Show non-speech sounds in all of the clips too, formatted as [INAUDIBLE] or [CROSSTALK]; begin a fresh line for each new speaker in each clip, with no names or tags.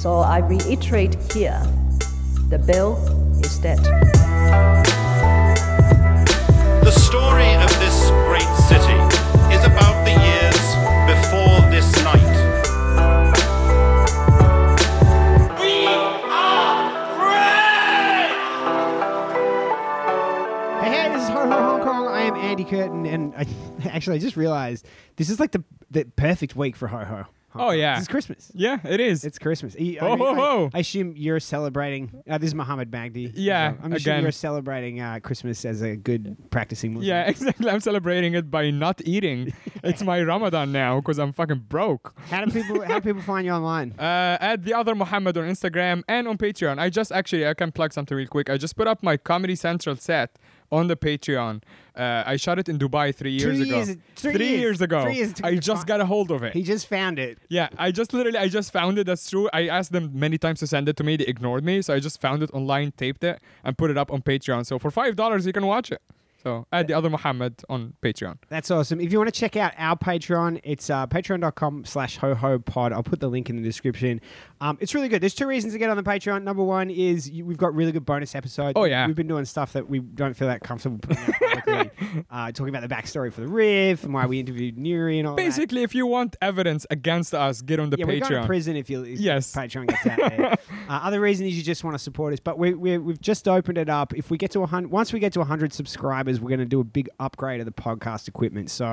So I reiterate here the bill is dead.
The story of this great city is about the years before this night.
Hey, hey, this is Hong Kong Hong Kong. I am Andy Curtin, and I [LAUGHS] actually I just realized this is like the the perfect week for Ho Ho. Hong
Oh,
Kong.
yeah.
this is Christmas.
Yeah, it is.
It's Christmas. I, I
Ho,
mean,
ho,
I-
ho.
I assume you're celebrating. Uh, this is Muhammad Bagdi.
Yeah,
I'm assuming
again.
you're celebrating uh, Christmas as a good practicing Muslim.
yeah, [LAUGHS] exactly. I'm celebrating it by not
[LAUGHS]
eating. It's my Ramadan now because I'm fucking broke.
How do people How do people find you online?
Uh, at the other Muhammad on Instagram and on Patreon. I just actually I can plug something real quick. I just put up my Comedy Central set on the Patreon. Uh, I shot it in Dubai three
Two
years ago.
years- three years-
ago.
three years it took
I
you to
just
find-
got a hold of it.
He just found it.
Yeah, I just literally I just found it. That's true. I asked them many times to send it to me. They ignored me, so I just found it online, taped it, and put it up on Patreon. So for five dollars, you can watch it. So at the other Muhammad on Patreon.
That's awesome. If you want to check out our Patreon, it's uh, patreon.com slash hohopod. I'll put the link in the description. Um, it's really good. There's two reasons to get on the Patreon. Number one is you, we've got really good bonus episodes.
Oh, yeah.
We've been doing stuff that we don't feel that comfortable putting out
[LAUGHS]
publicly. uh, talking about the backstory for the riff and why we interviewed Neri and all that.
Basically, if you want evidence against us, get on the
Yeah, we're going to
Patreon.
prison if you if
Yes.
Patreon gets out
[LAUGHS]
there. uh, other reason is you just want to support us, but we, we we've just opened it up. If we get to hundred, once we get to hundred subscribers, we're going to do a big upgrade of the podcast equipment. So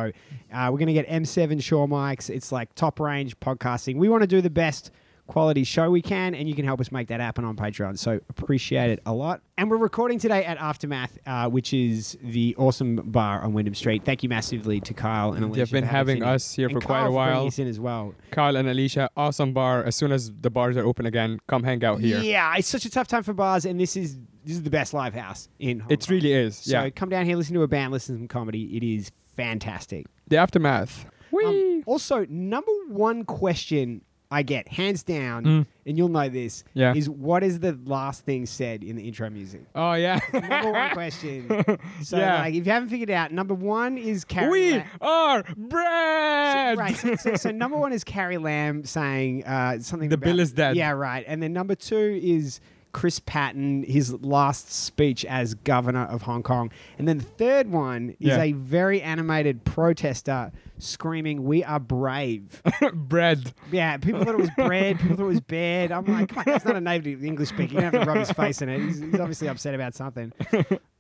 uh, we're going to get M7 Shaw mics. It's like top range podcasting. We want to do the best quality show we can, and you can help us make that happen on Patreon. So appreciate it a lot. And we're recording today at Aftermath, uh, which is the awesome bar on Wyndham Street. Thank you massively to Kyle and Alicia.
They've been
for having,
having
us in.
us here
And
for quite a
Kyle bringing
while.
us in as well.
Kyle and Alicia, awesome bar. As soon as the bars are open again, come hang out here.
Yeah, it's such a tough time for bars, and this is this is the best live house in. Hong
It
Kong.
really is.
So
yeah.
come down here, listen to a band, listen to some comedy. It is fantastic.
The aftermath.
Um,
Whee!
also, number one question I get, hands down, and you'll know this,
Mm. Yeah.
is what is the last thing said in the intro music? [LAUGHS]
oh yeah.
Number
[LAUGHS]
one question. So,
Yeah.
like, if you haven't figured it out, number one is Carrie.
we
Lam-
are
so,
bread.
right. So, so, so number one is Carrie Lamb saying uh, something.
The
about-
bill is dead.
Yeah, right. And then number two is Chris Patton, his last speech as governor of Hong Kong. And then the third one is
Yeah.
a very animated protester screaming, "We are brave."
[LAUGHS] bread.
yeah, people thought it was bread. People thought it was bed. I'm like, come on, that's not a native English speaker. You don't have to rub his face in it. He's, he's obviously upset about something.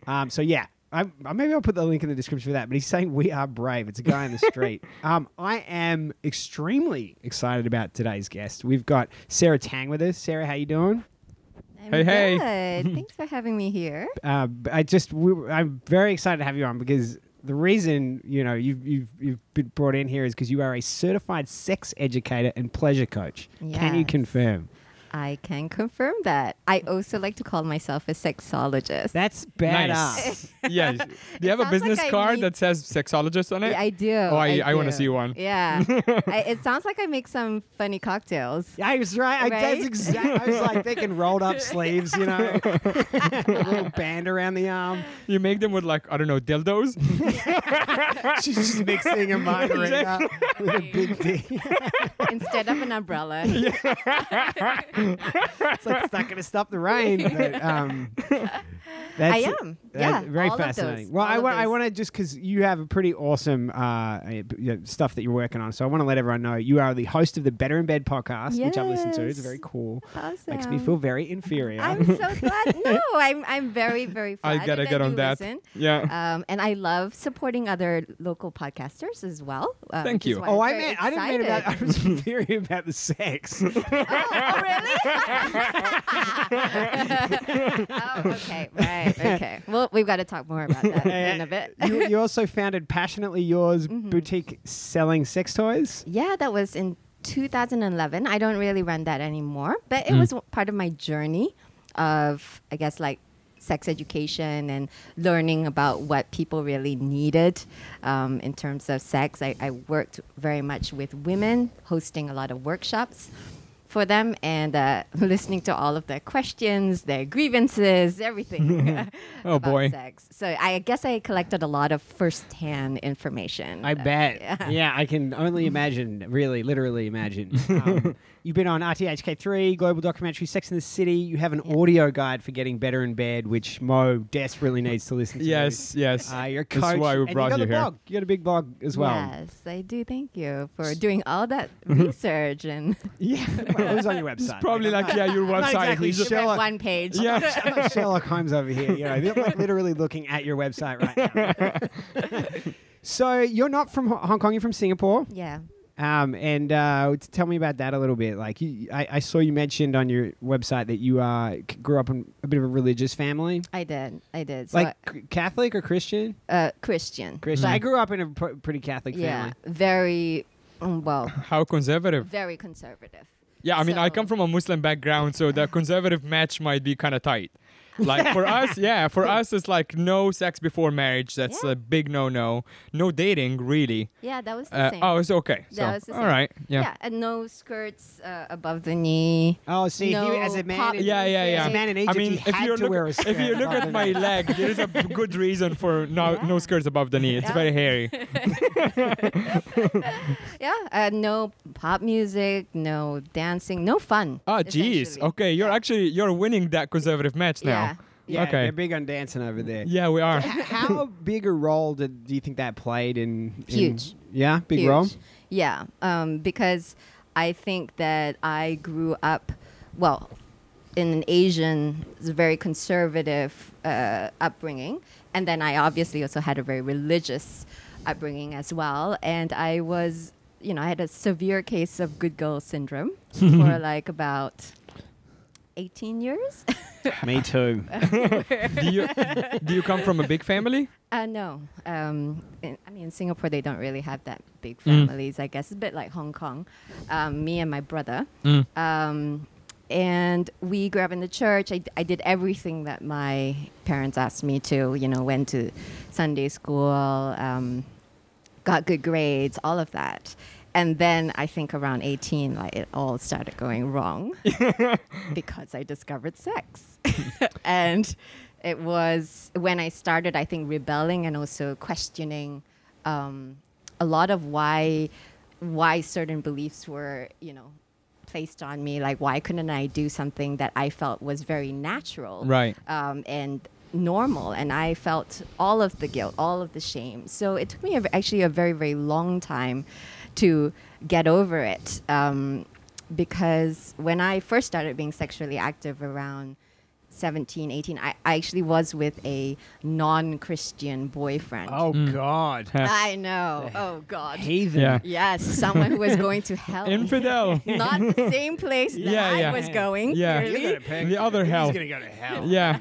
Um, so yeah. I, I- maybe I'll put the link in the description for that, but he's saying we are brave. It's a guy in the street. Um, I am extremely excited about today's guest. We've got Sarah Tang with us. Sarah, how you doing?
I'm
Hey, hey.
[LAUGHS]
good. Thanks for having me here.
Uh, I just we, were- I'm very excited to have you on because the reason you know you've you've, you've been brought in here is because you are a certified sex educator and pleasure coach. Can you
Yes.
confirm?
I can confirm that. I also like to call myself a sexologist.
That's badass.
Nice. yes. Do you have a
sounds like
business
I
card
need-
that says sexologist on it?
Yeah, I do.
Oh, I, I, want to
do.
see one.
Yeah. I, it sounds like I make some funny
[LAUGHS]
cocktails.
[LAUGHS] I was right. I, That's
Right?
exactly. I was like thinking rolled
[LAUGHS]
up sleeves, you know, [LAUGHS] a little band around the arm.
You make them with like I don't know
[LAUGHS]
dildos.
She's just mixing a margarita with a big D. [LAUGHS]
Instead of an umbrella.
It's like it's not going to stop the rain. But, um,
I
that's-
am.
that-
Yeah.
very
all of those,
fascinating. Well,
all
I
of
want I
those.
want to just because you have a pretty awesome uh, you know, stuff that you're working on, so I want to let everyone know you are the host of the Better in Bed podcast, which I've listened to. It's
Yes.
very cool.
Awesome.
Makes me feel very inferior.
I'm so
[LAUGHS]
glad. No, I'm, I'm very, very
I
glad.
gotta
that
get on
you
that.
listen.
Yeah.
Um, and I love supporting other local podcasters as well. Uh,
Thank
which is
you.
why
Oh,
I'm
I
very
meant I didn't mean about. I
excited.
was inferior about the sex.
[LAUGHS] oh, really? oh, okay, right, okay. Well, we've got to talk more about that in a bit.
you, you also founded passionately yours
Mm-hmm.
boutique selling sex toys.
yeah, that was in 2011. I don't really run that anymore, but it
Mm.
was part of my journey of, I guess, like sex education and learning about what people really needed um, in terms of sex. I, I worked very much with women, hosting a lot of workshops. for them and uh, [LAUGHS] listening to all of their questions, their grievances, everything.
[LAUGHS] Oh,
[LAUGHS] about
boy.
Sex. So I guess I collected a lot of first-hand information.
I
Uh,
bet. Yeah. I can only imagine, really, literally
[LAUGHS]
imagine. Um, you've been on RTHK3, Global Documentary, Sex in the City. You have an audio guide for getting better in bed, which Mo desperately needs to listen to.
Yes, yes.
Uh, you're a coach.
That's why we
and
brought
you got
you
the
here.
blog. You got a big blog as well.
Yes, I do. Thank you for doing
[LAUGHS]
all that
Mm-hmm.
research and
Yeah. [LAUGHS] well, it was on your website.
Probably
I'm
like yeah, your
not
website.
exactly
[LAUGHS]
sure.
he's-
[LAUGHS] you read
Sherlock.
one page.
yeah.
not- I'm not Sherlock Holmes over here. You know, I'm like literally looking at your website right now.
[LAUGHS]
so you're not from Ho- Hong Kong. You're from Singapore.
yeah.
Um, and uh, t- tell me about that a little bit. Like, you, I, I saw you mentioned on your website that you uh, c- grew up in a bit of a religious family,
I did. I did. So
like c- Catholic or Christian.
uh, Christian.
Christian. I grew up in a pr- pretty Catholic
Yeah.
family.
Very mm,
[LAUGHS]
well,
How conservative?
very conservative.
Yeah, I mean, I
So-
come from a Muslim background, so the conservative match might be kind of tight. Like for us, yeah, for us, it's like no sex before marriage. That's
Yeah.
a big no-no. No dating, really.
Yeah, that was the
Uh,
same.
oh, it's okay.
That
so,
was the
all
same.
right.
yeah.
Yeah.
and no skirts uh, above the knee.
Oh, see,
no
he, as a man,
pop
in,
Yeah, yeah, yeah.
as a
music.
man in
I
Egypt,
mean,
he
if
had
you
to wear a
look,
skirt.
if you look
rather
at
than-
my leg, there
[LAUGHS]
is a b- good reason for no no
Yeah.
skirts above the knee. It's
Yeah.
very
[LAUGHS]
hairy.
Yeah, uh, no pop music, no dancing, no fun.
Ah, jeez.
essentially.
Okay, you're actually you're winning that conservative match now.
Yeah.
yeah,
okay.
they're big on dancing over there.
Yeah, we
[LAUGHS]
are.
H-
[LAUGHS]
How big a role did, do you think that played in? in-
Huge.
yeah, big
Huge.
role.
Yeah, um, because I think that I grew up, well, in an Asian, s- very conservative uh, upbringing. And then I obviously also had a very religious upbringing as well. And I was, you know, I had a severe case of good girl syndrome for like about 18 years. [LAUGHS]
Me too.
do you do you come from a big family?
Uh, no. Um, in, I mean, in Singapore, they don't really have that big families, I guess. It's a bit like Hong Kong. Um, me and my brother. Um, and we grew up in the church. I, I did everything that my parents asked me to, you know, went to Sunday school, um, got good grades, all of that. And then I think around 18, like it all started going wrong because I discovered sex. [LAUGHS] and it was when I started, I think, rebelling and also questioning um, a lot of why why certain beliefs were, you know, placed on me. Like, why couldn't I do something that I felt was very natural?
Right.
um, and normal and i felt all of the guilt all of the shame so it took me a, actually a very very long time to get over it um, because when i first started being sexually active around 17 18 i, I actually was with a non-christian boyfriend
Oh God,
i know oh god
heathen.
Yeah.
yes someone who was going to
[LAUGHS]
hell
Infidel.
not the same place
[LAUGHS]
that
Yeah,
i
yeah.
was going
Yeah.
clearly.
The other hell.
go to hell. [LAUGHS]
Yeah.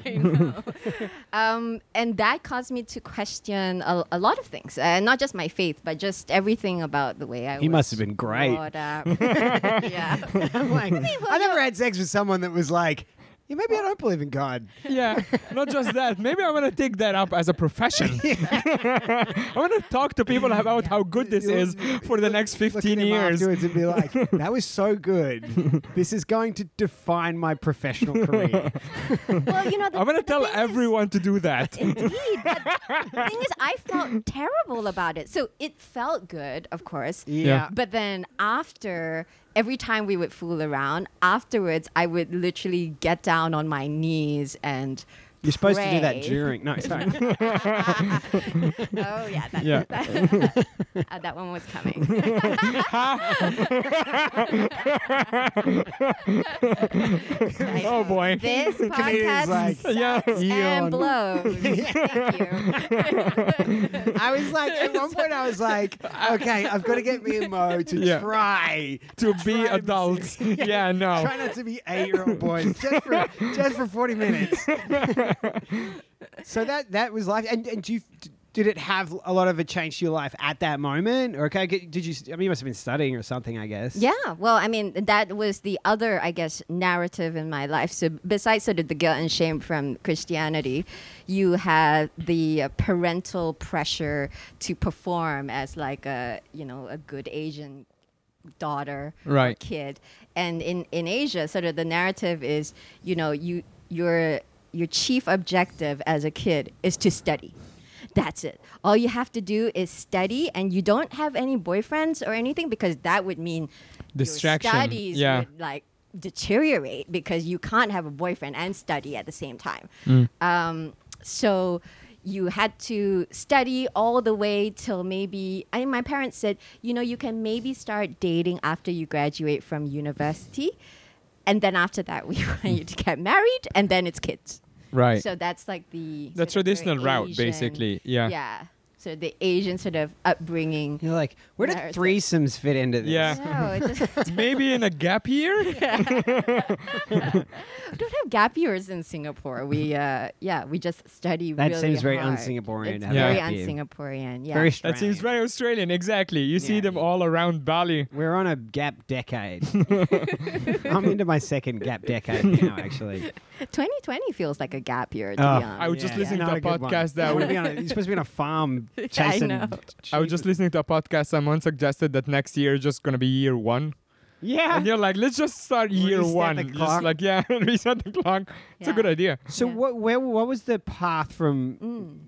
um, and that caused me to question a, a lot of things, uh, not just my faith, but just everything about the way I.
He
was
must have been great.
brought up. yeah,
I'm [LAUGHS] like, I never had sex with someone that was like, yeah, maybe I don't believe in God.
[LAUGHS] Yeah, not just that. Maybe I want to take that up as a
[LAUGHS]
profession. [LAUGHS] I want to talk to people about how good this
You'll- [LAUGHS]
is for the next
Look at
15
him
years.
afterwards and be [LAUGHS] like, that was so good. This is going to define my professional career.
well, you know, the,
I'm going to
the
tell
[LAUGHS]
thing is-
everyone to do that.
Indeed, but the thing is, I felt terrible about it. So it felt good, of course.
Yeah.
But then after every time we would fool around, afterwards I would literally get down on my knees and
You're supposed to do that
pray.
during. No, sorry.
Oh yeah,
[LAUGHS]
that,
Yeah.
that, uh, that one was coming.
[LAUGHS] Oh boy.
[LAUGHS] This
Comedian's
podcast
like,
sucks
Yeah.
and
Yawn.
[LAUGHS]
blows. Thank you.
[LAUGHS] I was like, at one point, I was [LAUGHS] like, okay, I've got to get me and Mo to
Yeah.
try
To [LAUGHS] be
Try to
adults. [LAUGHS] Yeah, no.
Try not to be eight-year-old boys just for just for forty minutes. so that that was life. And, and do you, did it have a lot of a change to your life at that moment? Or okay, did you? I mean, you must have been studying or something, I guess.
Yeah, well, I mean, that was the other, I guess, narrative in my life. So, besides sort of the guilt and shame from Christianity, you had the uh, parental pressure to perform as like a, you know, a good Asian daughter, or
Right.
kid, and in in Asia, sort of the narrative is you know you your your chief objective as a kid is to study. That's it. All you have to do is study, and you don't have any boyfriends or anything because that would mean
Distraction,
Your studies
yeah.
would like deteriorate because you can't have a boyfriend and study at the same time.
Mm.
Um, so you had to study all the way till maybe. I mean, my parents said, you know, you can maybe start dating after you graduate from university, and then after that, [LAUGHS] we want you to get married, and then it's kids.
Right.
So that's like the
The
sort of very
traditional route, basically. Yeah.
Yeah. So the Asian sort of
[LAUGHS]
upbringing.
You're like, where did
Narrative.
threesomes fit into this?
Yeah.
No, it
[LAUGHS]
doesn't
Maybe in a gap year?
we don't have gap years in Singapore. We uh, yeah, we just study.
Mm-hmm. That
really
seems very
hard.
un-Singaporean
It's
to have
very
a gap year.
un-Singaporean. Yeah.
Very
That seems
Australian.
very Australian, exactly. You see
Yeah.
them all around Bali.
We're on a gap decade.
[LAUGHS]
I'm into my second gap decade now, actually.
2020 feels like a gap year. To
Oh,
be honest.
I was just listening
Not
to a
good one.
podcast that
I wanna
would-
be on a- you're supposed to be on a farm
[LAUGHS] I
chasing.
know.
I was just listening to a podcast. Someone suggested that next year is just gonna be year one,
yeah.
and you're like, let's just start year
Reset the
one. Just
clock.
like yeah, [LAUGHS] reset the clock. It's a
Yeah.
good idea.
So
Yeah. Mm.
what? Where? What was the path from?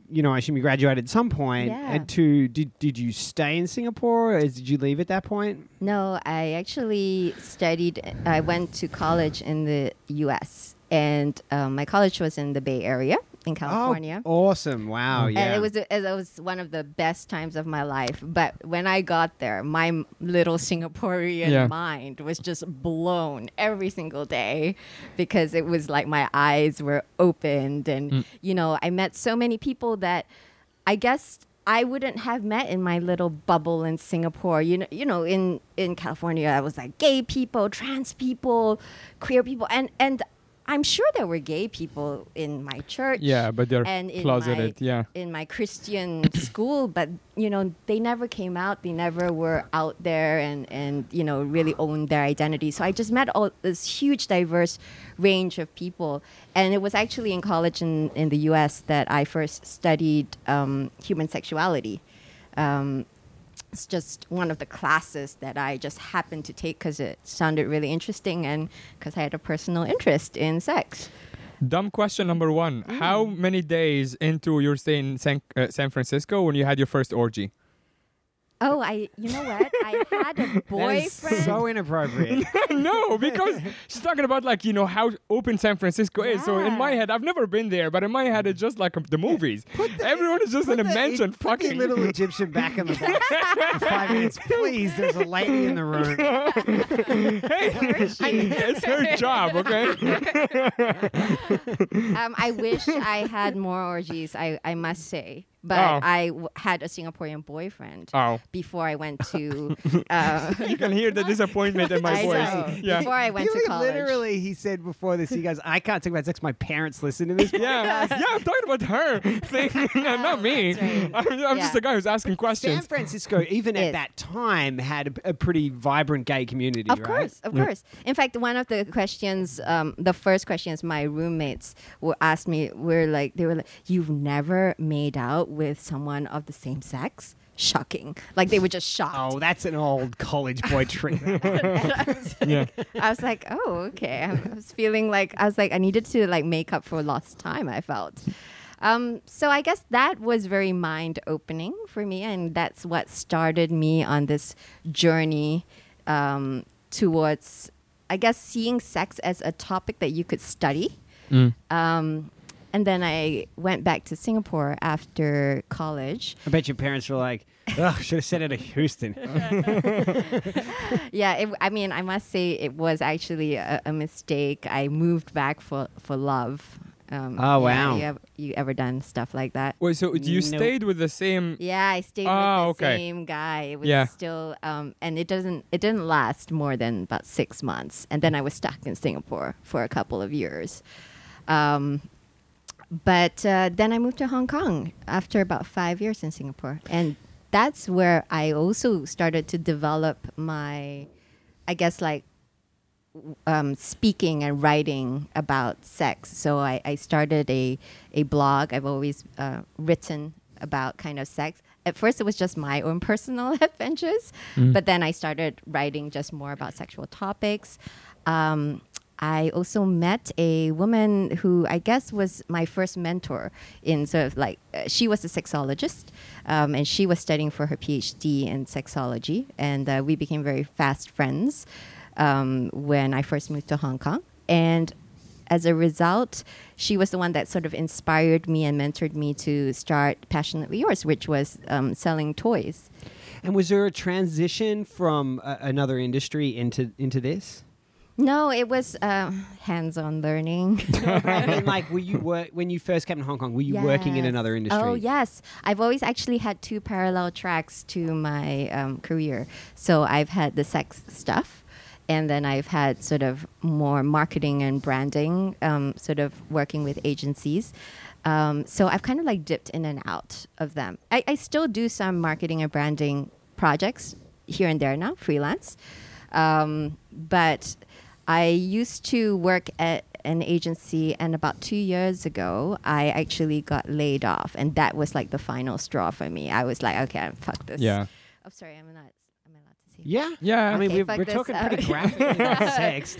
You know, I assume you graduated at some point.
Yeah.
And to did did you stay in Singapore? Or did you leave at that point?
No, I actually studied. I went to college in the U.S. and um, my college was in the Bay Area in California.
Oh, awesome! Wow. Yeah.
And it was it was one of the best times of my life. But when I got there, my m- little Singaporean
Yeah.
mind was just blown every single day because it was like my eyes were opened and
Mm.
you know, I met so many people that I guess I wouldn't have met in my little bubble in Singapore. You know, you know, in in California, I was like gay people, trans people, queer people, and and I'm sure there were gay people in my church
Yeah, but they're
and in
closeted.
my,
yeah.
in my Christian [COUGHS] school, but you know they never came out. They never were out there and and you know really owned their identity. So I just met all this huge diverse range of people, and it was actually in college in in the U.S. that I first studied um, human sexuality. Um, it's just one of the classes that I just happened to take because it sounded really interesting and because I had a personal interest in sex.
Dumb question number one: How many days into your stay in San, uh, San Francisco when you had your first orgy?
Oh, I. You know what? I had
[LAUGHS]
a
That
boyfriend.
is so inappropriate.
[LAUGHS]
no, because she's talking about like you know how open San Francisco is. So in my
Yeah.
head, I've never been there, but in my head, it's just like um, the movies. Everyone is just in a mansion,
Put the
fucking. [LAUGHS]
little Egyptian back in
[LAUGHS]
the box for five minutes, please. There's a lady in the room.
it's
[LAUGHS]
her job, okay?
um, I
[LAUGHS]
wish I had more orgies. I, I must say, but
Oh.
I w- had a Singaporean boyfriend
Oh,
before I went
[LAUGHS]
to. Uh,
you can hear the disappointment in my
[LAUGHS] I know,
voice. Yeah.
Before I went
He
to college.
Literally, he said before this, he goes, I can't talk about sex. My parents listen to
[LAUGHS]
this.
[LAUGHS] Yeah, yeah, I'm talking about her [LAUGHS] thing, not me.
that's right.
[LAUGHS] I'm, I'm just
Yeah.
the guy who's asking
San
questions.
Francisco, even at
Yes.
that time, had a, a pretty vibrant gay community,
Of
right?
course, of course. In fact, one of the questions, um, the first questions my roommates were asked me were like, they were like, "You've never made out with someone of the same sex? Shocking!" Like they were just shocked.
Oh, that's an old college boy
[LAUGHS]
trick.
Yeah.
I was like, oh, okay. I was feeling like I was like I needed to like make up for lost time. I felt. Um, so I guess that was very mind opening for me, and that's what started me on this journey um, towards, I guess, seeing sex as a topic that you could study. Um, and then I went back to Singapore after college,
I bet your parents were like, "Ugh, should have sent it to Houston."
yeah it, i mean i must say it was actually a, a mistake i moved back for for love um,
Oh,
Ah,
yeah,
wow.
you, ever, you ever done stuff like that
Wait, so you
No.
stayed with the same?
yeah i stayed
Ah,
with the
okay.
same guy it was
Yeah.
still um, and it doesn't it didn't last more than about six months and then i was stuck in singapore for a couple of years um, but uh, then i moved to hong kong after about five years in singapore and that's where i also started to develop my i guess like um, speaking and writing about sex. So I, I started a, a blog. I've always uh, written about kind of sex. at first it was just my own personal [LAUGHS] adventures, but then I started writing just more about sexual topics. Um, I also met a woman who I guess was my first mentor in sort of like uh, she was a sexologist um, and she was studying for her PhD in sexology and uh, we became very fast friends um, when I first moved to Hong Kong and as a result, she was the one that sort of inspired me and mentored me to start Passionately Yours, which was um, selling toys.
And was there a transition from uh, another industry into into
[LAUGHS]
this?
No, it was uh, hands on learning. [LAUGHS]
I mean, like, were you work when you first came to Hong Kong? Were you working in
Yes.
another industry?
Oh yes, I've always actually had two parallel tracks to my um, career. So I've had the sex stuff, and then I've had sort of more marketing and branding, um, sort of working with agencies. Um, so I've kind of like dipped in and out of them. I, I still do some marketing and branding projects here and there now, freelance. Um, but I used to work at an agency, and about two years ago, I actually got laid off, and that was like the final straw for me. I was like, okay, fuck this.
Yeah.
Oh, sorry, I'm not. I'm allowed to say.
Yeah.
Yeah.
I mean,
Okay,
we're,
fuck
we're
this.
talking
Uh,
pretty graphic
[LAUGHS]
about sex.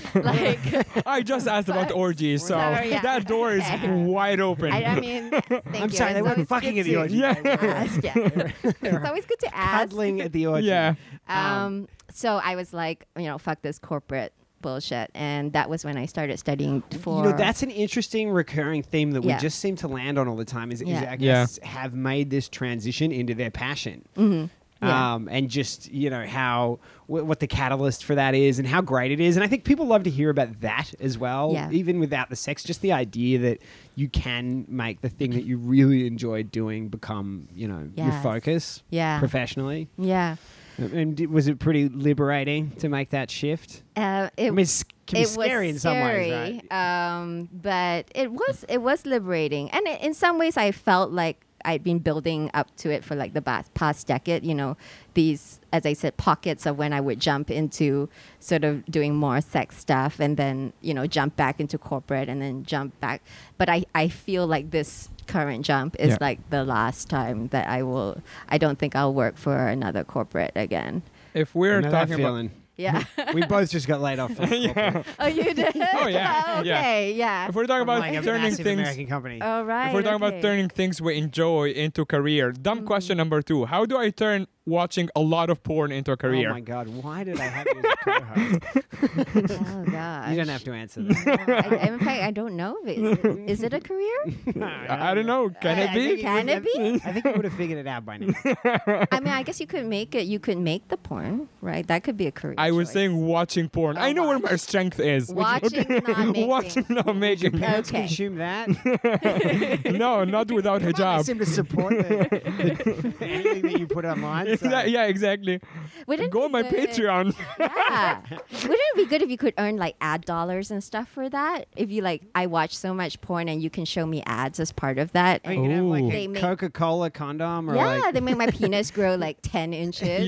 [LAUGHS]
Like,
I just asked
[LAUGHS]
about orgies, so
Sorry, yeah.
that door
[LAUGHS]
is
Okay.
wide open.
I, I mean, thank
I'm
you.
sorry, they
It's
weren't
always
fucking
good
at the
to
orgy. [LAUGHS]
[LAUGHS] ask, yeah. it's always good to ask.
Cuddling at the orgy.
[LAUGHS]
yeah.
Um, so I was like, you know, fuck this corporate bullshit, and that was when I started studying
[GASPS]
for.
You know, that's an interesting recurring theme that we
Yeah.
just seem to land on all the time is, is
Yeah.
I guess, have made this transition into their passion.
Mm-hmm. Yeah.
Um, and just, you know, how, wh- what the catalyst for that is and how great it is. And I think people love to hear about that as well,
Yeah.
even without the sex, just the idea that you can make the thing that you really enjoy doing become, you know, your
Yes.
focus
Yeah.
professionally.
yeah.
And d- was it pretty liberating to make that shift?
Uh, it
I mean, it's, can be
it was
scary in some ways,
scary,
right?
Um, but it was it was liberating, and i in some ways, I felt like I'd been building up to it for like the past, past decade. You know, these as I said, pockets of when I would jump into sort of doing more sex stuff, and then you know jump back into corporate, and then jump back. But I I feel like this current jump is
Yeah.
like the last time that I will. I don't think I'll work for another corporate again.
If we're
I know that
talking about
feeling. [LAUGHS]
Yeah.
we both just got laid off. From yeah.
oh,
[LAUGHS]
you did.
Oh,
[LAUGHS]
yeah, yeah.
okay. Yeah.
if we're talking about turning things
American company.
All right.
if we're talking
okay. Mm-hmm.
about turning things we enjoy into career, dumb question number two: How do I turn watching a lot of porn into a career?
Oh my god! Why did I have you as a
[LAUGHS]
co-host?
Oh gosh.
you don't have to answer that.
[LAUGHS] I, I- in fact, I don't know. If it, is it a career?
I, I don't know. [LAUGHS] Can
I-
it
I
be?
think Can it be?
I think you would have figured it out by now.
I mean, I guess you could make it. You could make the porn, right? That could be a career.
I was
choice.
saying watching porn. I know where my
watch.
strength is.
Watching,
[LAUGHS]
not making.
watching, not making.
Parents
Okay.
consume
[LAUGHS]
that. Come
no,
[LAUGHS]
not without
on, they
hijab. [LAUGHS]
seem to support the, the, anything that you put online. So.
Yeah, yeah, exactly.
Wouldn't
Go
it
on my
be good-
Patreon.
[LAUGHS]
[LAUGHS]
Yeah. Wouldn't it be good if you could earn like ad dollars and stuff for that? If you like, I watch so much porn and you can show me ads as part of that.
I mean, you can have
Ooh.
like
They
a
make-
Coca-Cola condom or
yeah,
like.
they make my penis grow like ten inches.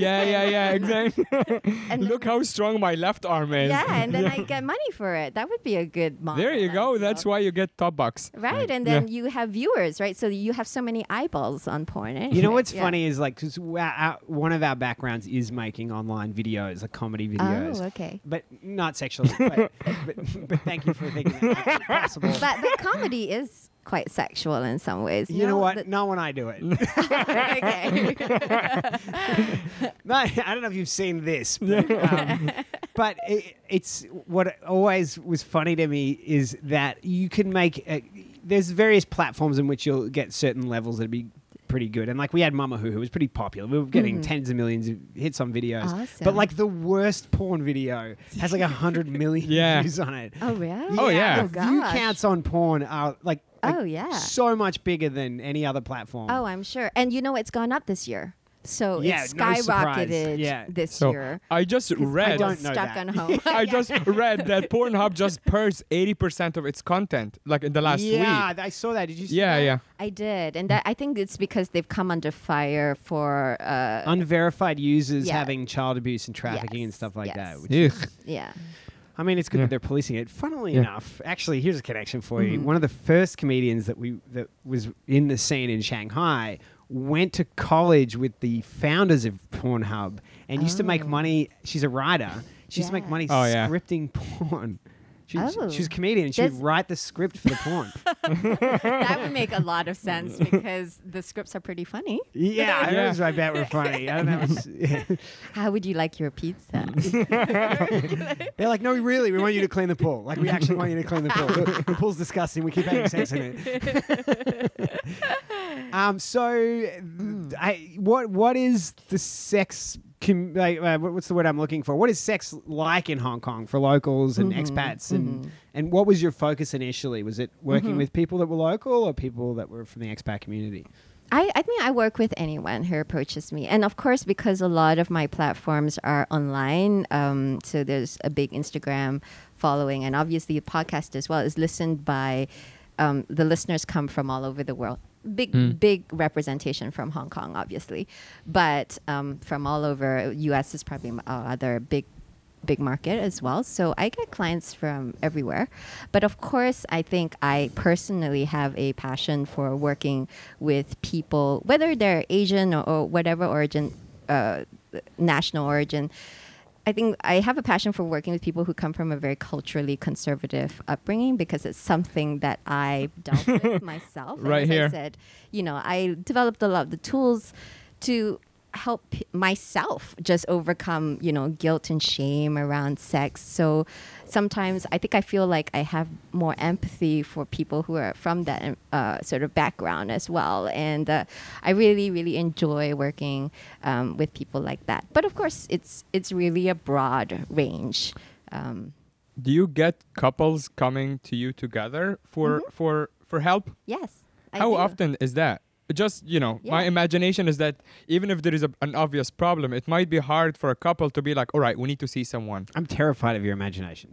[LAUGHS] yeah, yeah,
[LAUGHS]
yeah, exactly. [LAUGHS]
And
Look how strong my left arm is.
Yeah, and then I get money for it. That would be a good model.
[LAUGHS] There you
I
go.
feel.
That's why you get top bucks.
Right, and
Yeah.
then you have viewers, right? So you have so many eyeballs on porn. eh?
You know what's
Yeah.
funny is like because one of our backgrounds is making online videos, like comedy videos.
Oh, okay.
But not sexually. but, but, but thank you for thinking that possible.
[LAUGHS] But, but comedy is quite sexual in some ways.
you know
no?
what?
That-
Not when I do it.
[LAUGHS] okay.
[LAUGHS] No, I don't know if you've seen
[LAUGHS]
this, but, um, but it, it's what always was funny to me is that you can make. A, there's various platforms in which you'll get certain levels that'd be pretty good, and like we had Mama Hoo, who was pretty popular. We were getting tens of millions of hits on videos, but
Mm-hmm. Awesome.
like the worst porn video has like a
[LAUGHS]
hundred million
Yeah.
views on it.
Oh, really?
Oh, yeah.
Oh,
the view
gosh.
counts on porn are like. like
Oh, yeah.
so much bigger than any other platform.
Oh, I'm sure. And you know, it's gone up this year. So
Yeah,
it's
no surprise.
skyrocketed
Yeah.
this
So
year.
I just
I
read.
don't
was
know
stuck
that. [LAUGHS]
on home.
I
Yeah.
just read that Pornhub just purged 80% of its content like in the last
yeah,
week.
I saw that. Did you? See
Yeah,
that?
yeah.
I did, and that I think it's because they've come under fire for uh,
unverified users
Yeah.
having child abuse and trafficking and
Yes,
stuff like
yes.
that. Which,
Ugh.
yeah.
I mean, it's good
Yeah.
that they're policing it. Funnily
Yeah.
enough, actually,
Mm-hmm.
here's a connection for you. One of the first comedians that we that was in the scene in Shanghai went to college with the founders of Pornhub and used to make
Oh.
money. She's a writer. She used to make
Yeah.
money
Oh, yeah.
scripting porn. She, she- she was
Oh.
a comedian. and She would
There's-
write the script for the
[LAUGHS]
porn.
that would make a lot of sense because the scripts are pretty funny.
yeah,
Yeah.
those I bet were funny. I
[LAUGHS]
don't know. it's-
How would you like your pizza?
They're like, no, really, we want you to clean the pool. Like, we actually want you to clean the [LAUGHS] pool. The, the pool's disgusting. We keep having sex in it. [LAUGHS] um, so, I, what what is the sex? Com- like, uh, what- what's the word I'm looking for? What is sex like in Hong Kong for locals and expats? And and what was your focus initially? Was it working with people that were local or people that were from the expat community?
I, I think I work with anyone who approaches me. And of course, because a lot of my platforms are online, um, so there's a big Instagram following, and obviously, the podcast as well is listened by um, the listeners come from all over the world. Big, big representation from Hong Kong, obviously, but um, from all over. US is probably our other big big market as well. So I get clients from everywhere. But of course, I think I personally have a passion for working with people, whether they're Asian or, or whatever origin, uh, national origin. I think I have a passion for working with people who come from a very culturally conservative upbringing because it's something that I
[LAUGHS]
dealt with myself. And
Right
as I
here.
said, you know, I developed a lot of the tools to help p- myself just overcome, you know, guilt and shame around sex. So sometimes I think I feel like I have more empathy for people who are from that uh, sort of background as well. And uh, I really, really enjoy working um, with people like that. But of course, it's it's really a broad range. Um,
Do you get couples coming to you together for for for help?
yes. Mm-hmm. I
How
do.
often is that? Just you know, my
Yeah.
imagination is that even if there is a, an obvious problem, it might be hard for a couple to be like, "All right, we need to see someone."
I'm terrified of your imagination.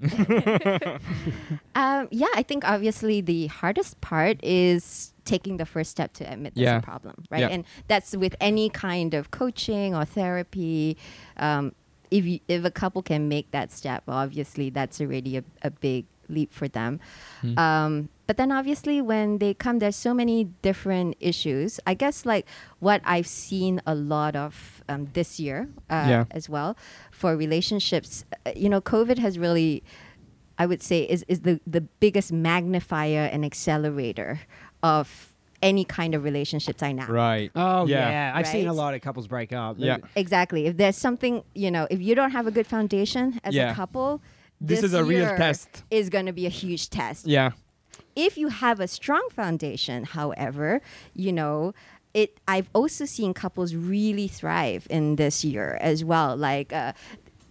Um, yeah, I think obviously the hardest part is taking the first step to admit there's
Yeah.
a problem, right?
Yeah.
And that's with any kind of coaching or therapy. Um, if you, if a couple can make that step, obviously that's already a, a big leap for them.
Hmm.
Um, but then obviously when they come, there's so many different issues. I guess like what I've seen a lot of um, this year uh,
Yeah.
as well for relationships. Uh, you know, COVID has really I would say is is the the biggest magnifier and accelerator of any kind of relationship dynamic.
Right.
oh yeah, I've seen a
Right?
lot of couples break up.
Yeah.
Exactly. If there's something, you know, if you don't have a good foundation as
Yeah.
a couple,
This is a real
year
test.
Is going to be a huge test.
Yeah.
If you have a strong foundation, however, you know, it. I've also seen couples really thrive in this year as well. Like, uh,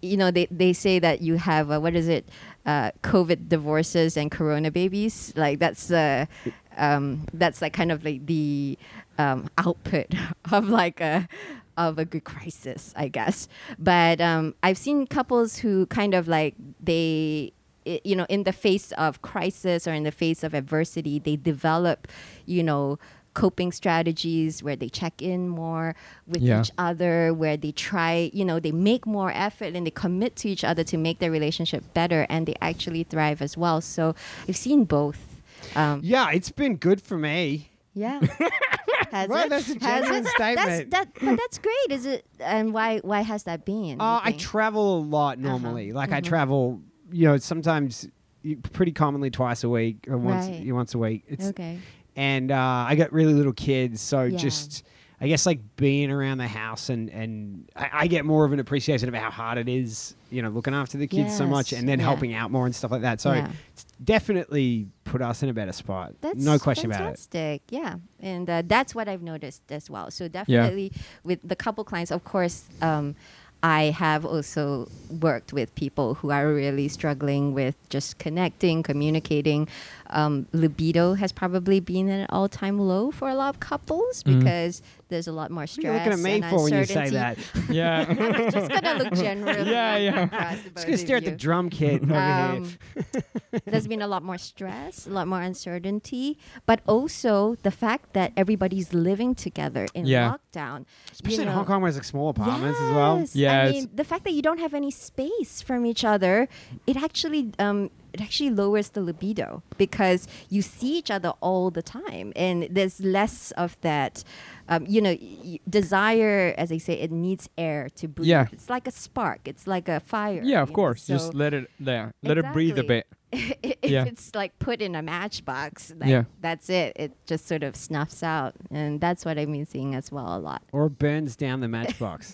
you know, they, they say that you have uh what is it, uh, COVID divorces and Corona babies. Like that's uh, um, that's like kind of like the um, output [LAUGHS] of like a of a good crisis, I guess. But um, I've seen couples who kind of like they i- you know in the face of crisis or in the face of adversity they develop you know coping strategies where they check in more with
Yeah.
each other where they try you know they make more effort and they commit to each other to make their relationship better and they actually thrive as well so i've seen both um,
[LAUGHS] Yeah, it's been good for me. [LAUGHS]
yeah. Has
Well,
it?
that's a
Has
genuine
it?
statement.
That's, that, but that's great. Is it? And why? Why has that been?
Uh,
you
I
think?
travel a lot
Uh-huh.
normally. Like
Mm-hmm.
I travel, you know, sometimes y- pretty commonly twice a week or once
Right.
y- once a week. It's,
Okay.
And uh, I got really little kids, so
Yeah.
just I guess like being around the house and and I, I get more of an appreciation of how hard it is, you know, looking after the kids so much
Yes.
and then
Yeah.
helping out more and stuff like that. So
Yeah.
it's definitely put us in a better spot.
That's
no question about it.
fantastic. Yeah, and uh, that's what I've noticed as well. So definitely with the couple clients, of course, um, I have also worked with people who are really struggling with just connecting, communicating. Um, libido has probably been at an all-time low for a lot of couples
Mm-hmm.
because there's a lot more
What are you
stress
looking at me
and
for when you say
uncertainty. [LAUGHS]
that? [LAUGHS] Just
Yeah. [LAUGHS]
I'm just
[LAUGHS]
gonna look general.
Yeah, yeah.
gonna stare at the drum kit over
Um,
here.
there's been a lot more stress, a lot more uncertainty, but also the fact that everybody's living together in
Yeah.
lockdown.
Especially
you
in
know.
Hong Kong where it's like small apartments as well.
Yes.
Yeah,
I
it's-
mean, the fact that you don't have any space from each other, it actually um, it actually lowers the libido because you see each other all the time and there's less of that um, you know y- y- desire as they say it needs air to breathe
Yeah.
it's like a spark it's like a fire
Yeah, of
you know,
course.
so-
Just let it there. Let it breathe a
Exactly.
bit.
[LAUGHS] if
Yeah.
it's like put in a matchbox, like,
Yeah.
that's it. It just sort of snuffs out, and that's what I've been seeing as well a lot.
Or burns down the
[LAUGHS]
matchbox.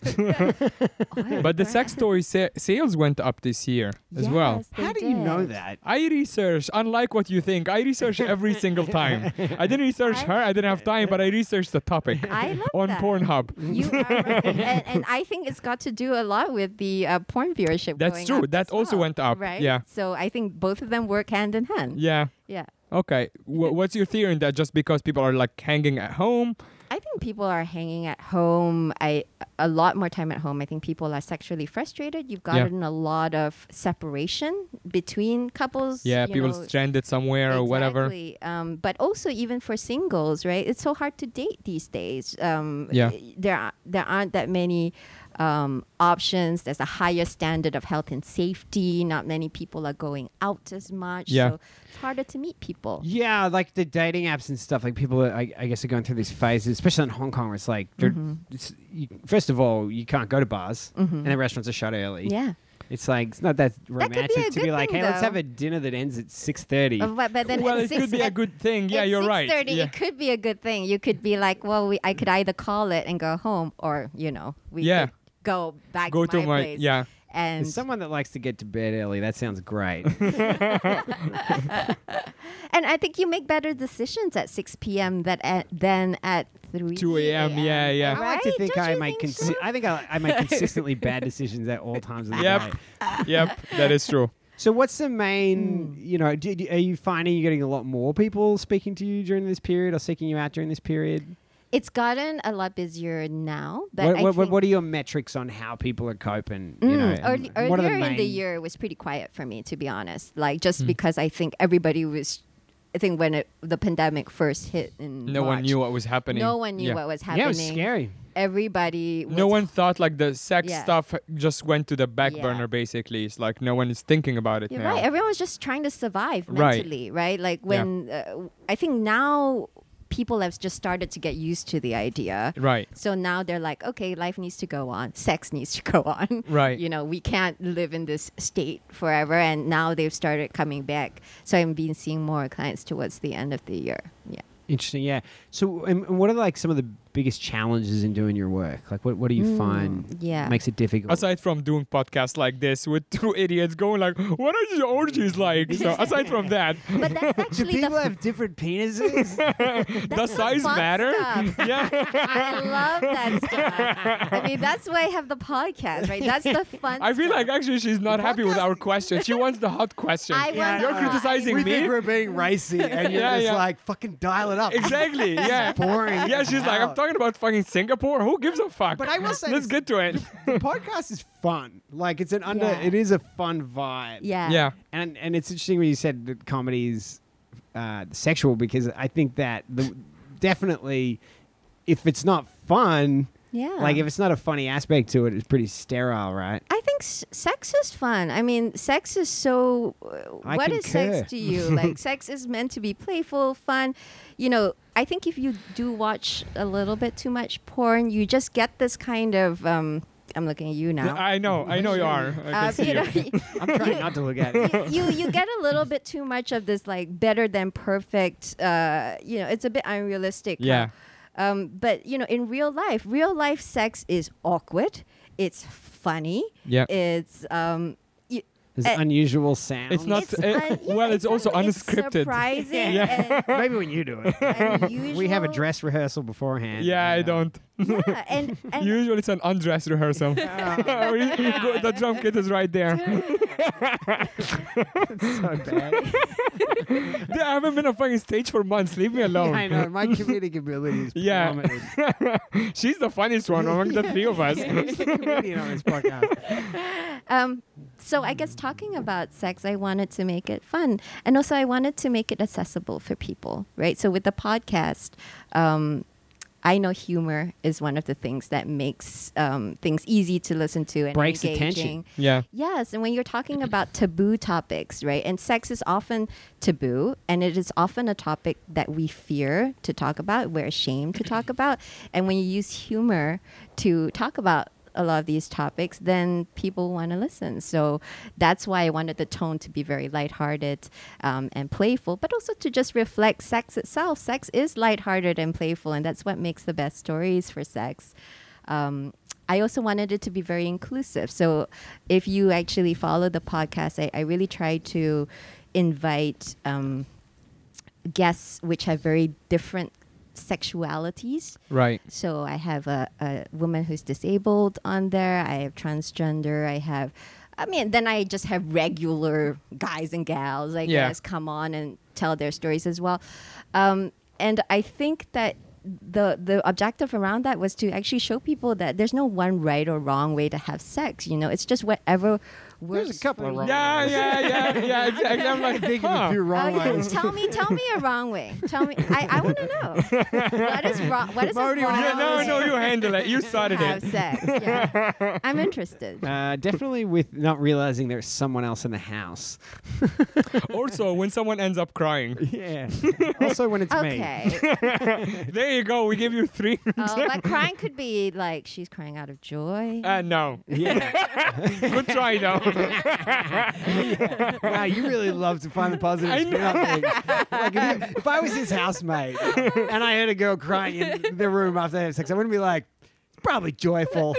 But the sex toy sa- sales went up this year as well.
Yes, they
How do you know
did.
that?
I research, unlike what you think. I research every single time. I didn't research
I-
her. I didn't have time, but I researched the topic
I love
on
that.
Pornhub.
You are right. and, and I think it's got to do a lot with the uh, porn viewership.
That's
going
true.
up
That
as
also
well,
went up,
Right.
yeah.
So I think both of them work hand in hand.
Yeah.
Yeah.
Okay.
[LAUGHS]
Wha what's your theory on that? Just because people are like hanging at home?
I think people are hanging at home. I a lot more time at home. I think people are sexually frustrated. You've
Yeah.
gotten a lot of separation between couples.
Yeah,
you
people
know,
stranded somewhere or whatever.
Exactly. Um, but also even for singles, right? It's so hard to date these days. Um,
Yeah.
There are, there aren't that many um, options. There's a higher standard of health and safety. Not many people are going out as much.
Yeah.
So it's harder to meet people.
Yeah, like the dating apps and stuff. Like people, are, I, I guess, are going through these phases, especially in Hong Kong. Where it's like, they're
Mm-hmm.
it's, you, first of all, you can't go to bars, and the restaurants are shut early.
Yeah.
It's like it's not that
could be a
romantic to be
good
like,
thing,
hey, let's
though.
have a dinner that ends at six thirty.
Uh, But, but then
well,
at
it
six,
could be a
at-
good
[LAUGHS]
thing. Yeah,
at
you're right.
6:30,
Yeah.
It could be a good thing. You could be like, well, we, I could either call it and go home, or you know, we
Yeah.
could go back
Go
to my, place.
yeah.
And
Someone that likes to get to bed early. That sounds [LAUGHS] great.
And I think you make better decisions at 6 p.m. That at, than at 3
2 a.m., yeah, yeah.
I like to
Right?
think
Don't
I
you
make
think
consi- I think I, I
[LAUGHS]
make consistently bad decisions at all times of the
Yep.
day.
yep. That is true.
So what's the
Hmm.
main? You know, do, do- are you finding you're getting a lot more people speaking to you during this period or seeking you out during this period?
It's gotten a lot busier now. But
What,
I
what,
think,
what are your metrics on how people are coping? you
Mm,
know,
early,
and what are
earlier in the
main-
year, it was pretty quiet for me, to be honest. Like, just
Hmm.
because I think everybody was, I think when it, the pandemic first hit in
No one
March,
knew what was happening.
No one knew
Yeah.
what was happening.
Yeah, it was scary.
Everybody was
No
[LAUGHS]
one thought like the sex
Yeah.
stuff just went to the back
Yeah.
burner basically. It's like no one is thinking about it
You're
now.
right. Everyone was just trying to survive
Right.
mentally, right? Like when uh, I think now people have just started to get used to the idea.
Right.
So now they're like, okay, life needs to go on. Sex needs to [LAUGHS] go on.
Right.
You know, we can't live in this state forever. And now they've started coming back. So I've been seeing more clients towards the end of the year. Yeah.
Interesting, yeah. So, and, and what are like some of the biggest challenges in doing your work? Like, what, what do you find
Mm, yeah.
makes it difficult?
Aside from doing podcasts like this with [LAUGHS] two idiots going like, "What are your orgies like?"
[LAUGHS]
So aside from that,
But
[LAUGHS]
that's
do
actually
people
the
have different penises?
does size
fun
matter? [LAUGHS]
stuff.
yeah.
I love that
[LAUGHS]
stuff. I mean, that's why I have the podcast, right? That's the fun.
I feel
stuff.
like actually she's not happy with our question. She wants the hot question.
I want
You're
the-
criticizing me.
being racy, and
you're Yeah, just yeah.
like, fucking dial it up.
[LAUGHS] Exactly. Yeah.
boring.
Yeah, she's like, I'm talking about fucking Singapore. Who gives a fuck?
But I will say this-
let's get to it.
the podcast is fun. Like, it's an under.
Yeah.
It is a fun vibe.
Yeah.
yeah.
And and it's interesting when you said that comedy is uh, sexual because I think that the, definitely, if it's not fun,
Yeah.
like if it's not a funny aspect to it, it's pretty sterile, right?
I think s- sex is fun. I mean, sex is so. Uh,
I
what is
concur.
sex to you? like, sex is meant to be playful, fun. You know, I think if you do watch a little bit too much porn, you just get this kind of. Um, I'm looking at you now.
I know. I know you are. I can
Uh,
see
you
you.
know,
I'm trying not to look at it.
[LAUGHS] you you get a little bit too much of this like better than perfect. Uh, you know, it's a bit unrealistic. huh?
Yeah.
Um, but you know, in real life, real life sex is awkward. It's funny.
Yeah.
It's um. You,
There's
Uh,
unusual sound.
It's not-
[LAUGHS]
uh, [LAUGHS] well, it's also unscripted. [LAUGHS]
surprising
Yeah.
Maybe when you do it.
and
[LAUGHS]
unusual.
We have a dress rehearsal beforehand.
Yeah, I
and, uh,
don't. [LAUGHS]
Yeah, and, and
Usually it's an undress rehearsal. [LAUGHS] We- we go- the drum kit is right there.
It's so bad.
Dude, I haven't been on fucking stage for months. Leave me
I [LAUGHS]
[LAUGHS] alone.
know my comedic ability is
[LAUGHS] Yeah.
plummeted.
[LAUGHS]
[LAUGHS]
She's the funniest one among the three of
[LAUGHS]
us.
He's the comedian on this
[LAUGHS]
podcast.
um, so I guess talking about sex, I wanted to make it fun, and also I wanted to make it accessible for people, right? So with the podcast, um, I know humor is one of the things that makes um, things easy to listen to and
Breaks the
engaging.
tension.
Yeah.
Yes, and when you're talking about taboo topics, right? And sex is often taboo, and it is often a topic that we fear to talk about, we're ashamed to talk about. And when you use humor to talk about a lot of these topics, then people want to listen. So that's why I wanted the tone to be very lighthearted um, and playful, but also to just reflect sex itself. Sex is lighthearted and playful, and that's what makes the best stories for sex um, I also wanted it to be very inclusive. So if you actually follow the podcast, I, I really try to invite um, guests which have very different sexualities.
Right.
So I have a, a woman who's disabled on there. I have transgender. I have, I mean, then I just have regular guys and gals, I
Yeah.
guess, come on and tell their stories as well. Um, and I think that the the objective around that was to actually show people that there's no one right or wrong way to have sex. You know, it's just whatever works.
There's a couple
for
of
you.
wrong
Yeah, yeah, yeah, yeah. Exactly. I'm like,
Think of a
huh.
few wrong
Oh, yeah.
ones.
Tell me, tell me a wrong way. Tell me, I, I want to know. What is wrong? What is
Modi,
a wrong
what do you-
Yeah, no,
way
no, you handle it. You started
to have
it. [LAUGHS]
sex? Yeah. I'm interested.
Uh, definitely with not realizing there's someone else in the house.
Also, when someone ends up [LAUGHS] crying,
Yeah. [LAUGHS] also, when it's me.
Okay.
there you go. We give you three.
Oh, but crying could be like she's crying out of joy.
[LAUGHS] Uh, no.
Yeah.
Good try,
[LAUGHS]
though.
wow, you really love to find the positive
I
spin on things. Like if, you, if I was his housemate and I heard a girl crying in the room after having sex, I wouldn't be like, "It's probably joyful.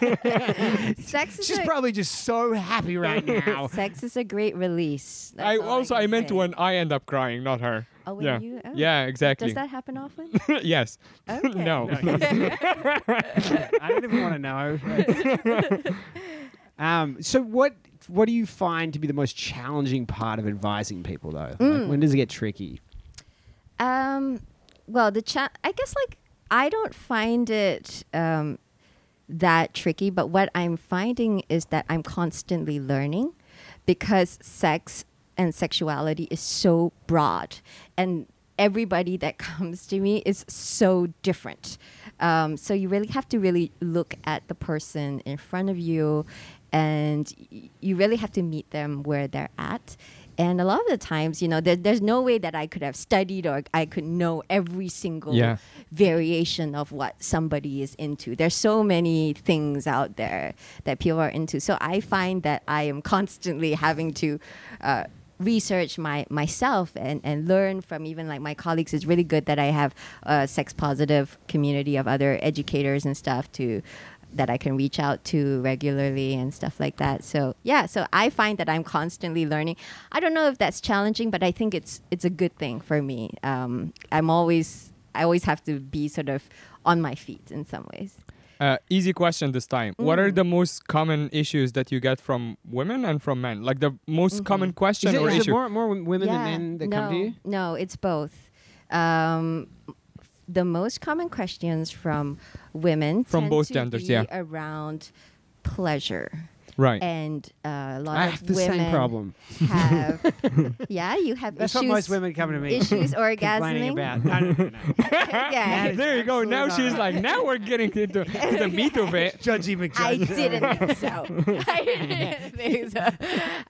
sex is
She's
[LAUGHS] a,
probably just so happy right now.
sex is a great release.
[LAUGHS]
That's
I
all
also
can
I meant
say.
when I end up crying, not her.
Oh, when
yeah.
you- oh.
Yeah, exactly.
Does that happen often?
[LAUGHS] yes.
Okay.
no.
I don't even want to know. um, so what what do you find to be the most challenging part of advising people though? Like, when does it get tricky?
Um, well, the chat. I guess like I don't find it um, that tricky, but what I'm finding is that I'm constantly learning because sex and sexuality is so broad and everybody that [LAUGHS] comes to me is so different um, so you really have to really look at the person in front of you and y- you really have to meet them where they're at and a lot of the times you know there, there's no way that i could have studied or i could know every single
Yeah.
variation of what somebody is into. There's so many things out there that people are into. So I find that I am constantly having to uh, research my myself and, and learn from even like my colleagues. It's really good that I have a sex positive community of other educators and stuff to that I can reach out to regularly and stuff like that. So yeah, so I find that I'm constantly learning. I don't know if that's challenging, but I think it's it's a good thing for me. Um, I'm always I always have to be sort of on my feet in some ways.
Uh, easy question this time. What are the most common issues that you get from women and from men? Like the most common question
Is it,
or
is it
issue?
more more women than men that
no,
come to you?
No, it's both. Um, the most common questions from women
From
tend
both
to
genders,
be
yeah.
around pleasure.
right.
And uh, a lot
I
of
have the
women
same problem.
have
[LAUGHS]
yeah, you have
That's
issues
what most women come to me
issues
[LAUGHS] complaining
orgasming.
about. No, no, no, no. [LAUGHS]
Uh, yeah.
there you go.
absolutely
Now
not
she's
right.
like, now we're getting into to the meat of it.
Judgy
I
McJudge.
didn't
[LAUGHS]
think so. [LAUGHS] I didn't think so.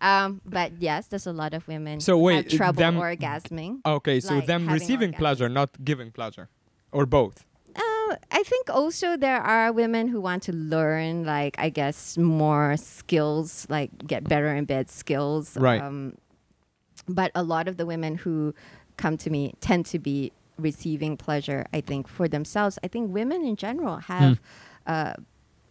Um, but yes, there's a lot of women
So wait,
have trouble
them-
orgasming.
Oh.
Okay, so
Like
them
having
receiving
orgasms.
pleasure, not giving pleasure, or both.
Uh, I think also there are women who want to learn, like I guess, more skills, like get better in bed skills.
Right.
Um, but a lot of the women who come to me tend to be receiving pleasure. I think for themselves. I think women in general have. Uh,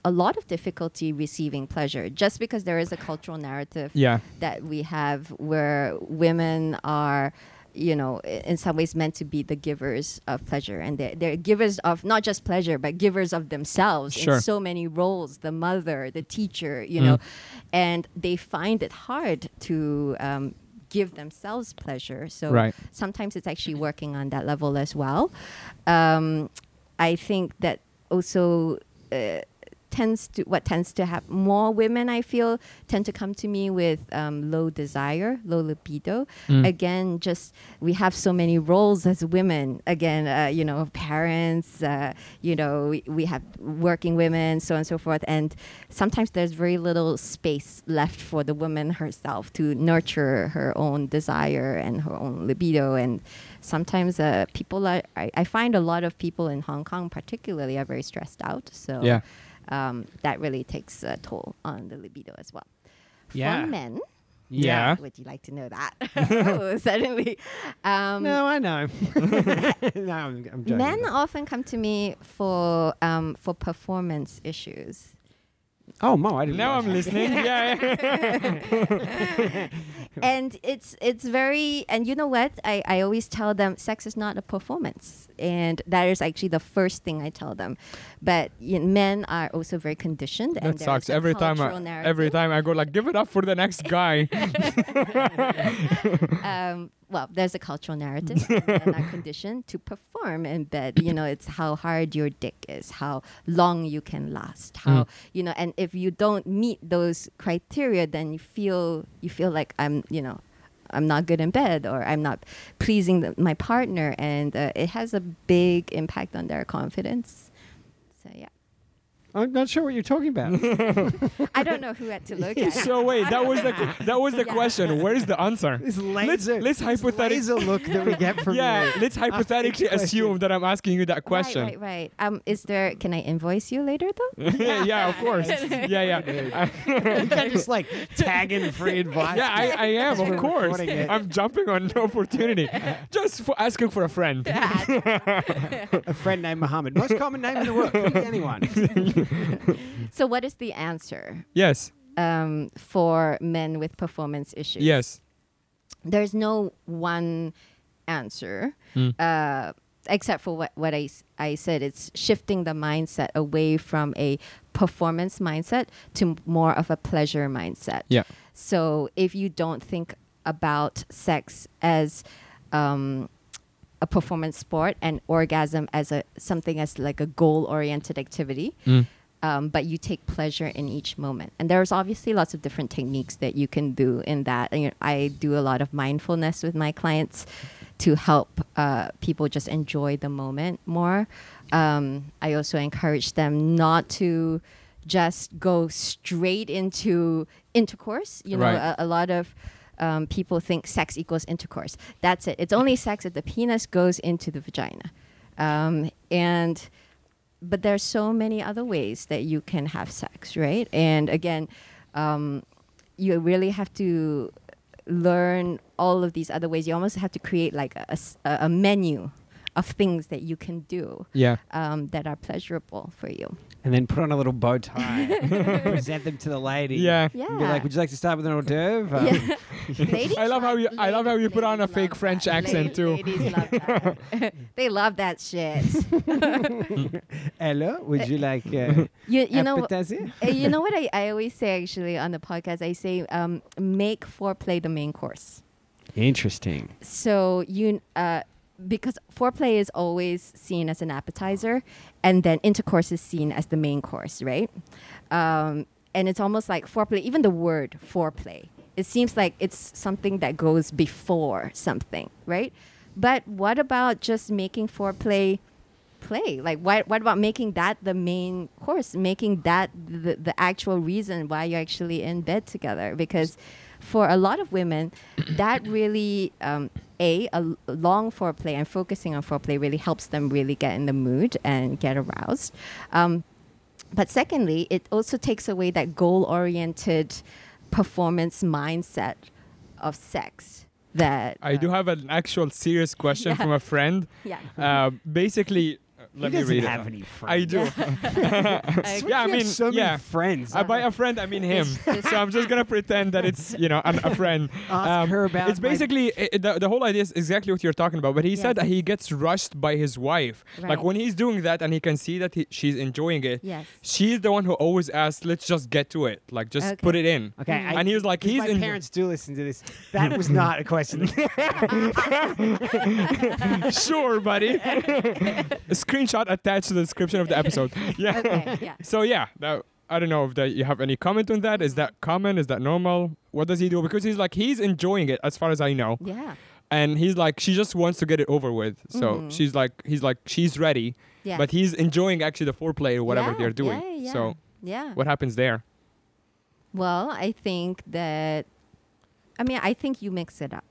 a lot of difficulty receiving pleasure just because there is a cultural narrative
Yeah.
that we have where women are you know i- in some ways meant to be the givers of pleasure and they're, they're givers of not just pleasure but givers of themselves
Sure. Mm.
in so many roles the mother the teacher you know and they find it hard to um, give themselves pleasure so
Right.
sometimes it's actually working on that level as well um, i think that also uh, tends to what tends to have more women I feel tend to come to me with um, low desire, low libido. Again, just we have so many roles as women. Again, uh, you know, parents, uh, you know, we, we have working women, so on and so forth. And sometimes there's very little space left for the woman herself to nurture her own desire and her own libido. And sometimes uh, people are, I, I find a lot of people in Hong Kong, particularly, are very stressed out. So
Yeah.
um, that really takes a toll on the libido as well.
Yeah.
For men,
Yeah.
would you like to know that? [LAUGHS] oh, suddenly. Um,
No, I
[LAUGHS]
know. [LAUGHS] no, I'm, I'm joking.
Men often come to me for um, for performance issues.
Oh, Mo, I didn't.
Now
realize
I'm
that.
listening. yeah. yeah.
and it's it's very and you know what I, I always tell them sex is not a performance and that is actually the first thing I tell them but y men are also very conditioned and
That
there
sucks.
is a
Every time, I,
cultural
every
narrative.
time I go like, give it up for the next guy.
um, well, there's a cultural narrative and men are conditioned to perform in bed. You know, it's how hard your dick is, how long you can last, how you know, and if you don't meet those criteria, then you feel you feel like I'm, you know, I'm not good in bed or I'm not pleasing the, my partner, and uh, it has a big impact on their confidence. So yeah,
I'm not sure what you're talking [LAUGHS] about.
I don't know who had to look at.
so wait, that was the that was the
Yeah.
question. Where is the answer?
This
Let's
laser.
let's hypothetically.
laser look that we get [LAUGHS] from
Yeah,
you.
let's hypothetically
question.
assume that I'm asking you that question. [LAUGHS]
Right, right, right. Um, is there? Can I invoice you later though?
yeah, of course. Yeah, yeah. I-
[LAUGHS] You're just like tagging free advice.
yeah, I, I am,
We're
of course.
recording it.
I'm jumping on an
[LAUGHS]
opportunity. Just for asking for a
[LAUGHS]
friend.
a friend named Mohammed. Most common name in the world. Could be anyone.
So what is the answer?
Yes,
um, for men with performance issues.
yes.
There's no one answer,
Hmm.
uh, except for what, what I, s- I said. It's shifting the mindset away from a performance mindset to more of a pleasure mindset.
Yeah.
So if you don't think about sex as um, a performance sport and orgasm as a something as like a goal-oriented activity, um, but you take pleasure in each moment. And there's obviously lots of different techniques that you can do in that. And, you know, I do a lot of mindfulness with my clients to help uh, people just enjoy the moment more. Um, I also encourage them not to just go straight into intercourse. You know,
Right.
a, a lot of um, people think sex equals intercourse. That's it. It's only sex if the penis goes into the vagina. Um, and but there's so many other ways that you can have sex, right? And again, um, you really have to learn all of these other ways. You almost have to create like a, s- a- a menu of things that you can do
Yeah.
um, that are pleasurable for you.
And then put on a little bow
[LAUGHS]
tie. present them to the lady.
Yeah.
Yeah.
And be like, would you like to start with an hors d'oeuvre? Um,
Yeah. Ladies
I love how you- I love how you put on a
ladies
fake
love
French
that.
accent,
Lady-
too.
Ladies love
[LAUGHS]
that. they love that shit.
Hello, "Uh, would you like uh,
You, you know wh-
appetizer?
uh, you know what I, I always say actually on the podcast I say um, make foreplay the main course.
Interesting.
So you uh, because foreplay is always seen as an appetizer, and then intercourse is seen as the main course, right? Um, and it's almost like foreplay. Even the word foreplay, it seems like it's something that goes before something, right? But what about just making foreplay? play like why, what about making that the main course making that the, the actual reason why you're actually in bed together because for a lot of women that really um, a, a l- long foreplay and focusing on foreplay really helps them really get in the mood and get aroused um, but secondly, it also takes away that goal oriented performance mindset of sex that
I do have an actual serious question from a friend.
Yeah.
Uh, basically, uh, let me
doesn't
read
have
it.
any
I
friends.
do. [LAUGHS]
[LAUGHS]
yeah, I
You have
mean,
so many
yeah.
friends.
I, by a friend, I mean him. so I'm just gonna pretend that it's you know an, a friend.
[LAUGHS]
Um,
Ask her about
It's
my-
basically i- i- the, the whole idea is exactly what you're talking about. But he said
Yes.
that he gets rushed by his wife. Like
Right.
when he's doing that and he can see that he, she's enjoying it.
Yes.
She's the one who always asks, "Let's just get to it. Like just
Okay.
put it in."
Okay, I-
Mm. and he was like,
Because
"He's
my
in." [LAUGHS]
parents do listen to this. That was not a question. [LAUGHS]
[LAUGHS] sure, buddy. Screenshot screenshot attached to the description of the
[LAUGHS]
episode. Yeah.
Okay, yeah.
So yeah, that I don't know if that you have any comment on that. Is that common? Is that normal? What does he do? Because he's like he's enjoying it as far as I know,
Yeah.
and he's like she just wants to get it over with. So
Mhm.
she's like he's like she's ready,
Yeah.
but he's enjoying actually the foreplay or whatever
Yeah,
they're doing.
yeah, yeah.
So
Yeah.
what happens there?
Well, I think that, I mean, I think you mix it up,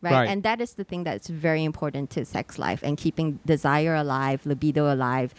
right?
Right.
And that is the thing that's very important to sex life and keeping desire alive, libido alive,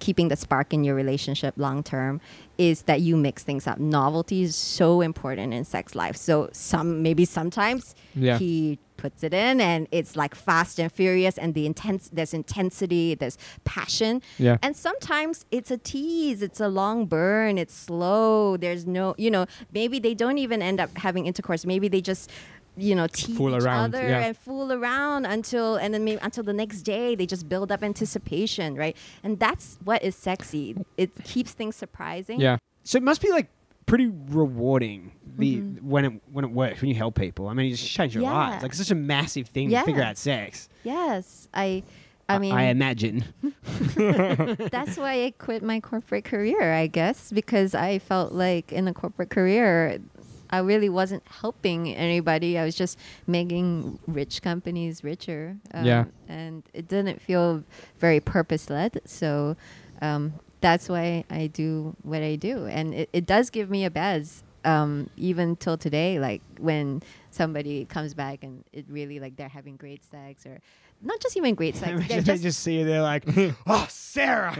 keeping the spark in your relationship long term is that you mix things up. Novelty is so important in sex life. So some maybe sometimes
Yeah.
he puts it in and it's like fast and furious and the intense there's intensity, there's passion.
Yeah.
And sometimes it's a tease, it's a long burn, it's slow. There's no, you know, maybe they don't even end up having intercourse. Maybe they just, you know, tease
Fool
each
around,
other
yeah.
and fool around until and then maybe until the next day they just build up anticipation, right? And that's what is sexy. It keeps things surprising.
Yeah.
So it must be like pretty rewarding the when it when it works when you help people. I mean, you just change your
Mm-hmm. Yeah.
lives. Like it's such a massive thing
Yeah.
to figure out sex.
Yes, I. I mean,
I
[LAUGHS]
imagine.
that's why I quit my corporate career, I guess, because I felt like in the corporate career, I really wasn't helping anybody. I was just making rich companies richer. um,
Yeah.
And it didn't feel very purpose led. So um, that's why I do what I do. And it, it does give me a buzz. Um, even till today, like when somebody comes back and it really like they're having great sex or not just even great
I
sex,
imagine [LAUGHS]
they're
they
just
just see you. They're
[LAUGHS]
like, "Oh,
[LAUGHS]
Sarah,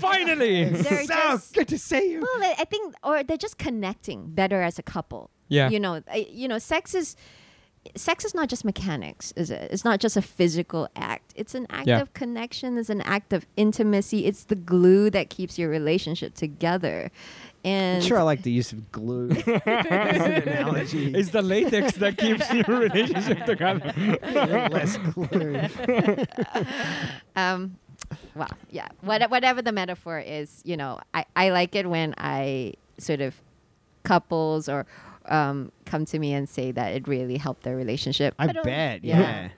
Finally.
They're
so
just-
good to see you."
Well, I- I think, or they're just connecting better as a couple.
Yeah.
You know, I, you know, sex is sex is not just mechanics, is it? It's not just a physical act. It's an act
Yeah.
of connection. It's an act of intimacy. It's the glue that keeps your relationship together.
I'm
And
sure I like the use of
[LAUGHS]
glue. That's an analogy.
[LAUGHS] It's the latex that keeps
[LAUGHS]
your relationship together.
less glue.
um, well, yeah, what, whatever the metaphor is, you know, I, I like it when I sort of couples or um, come to me and say that it really helped their relationship.
I
don't-
bet.
yeah.
Yeah.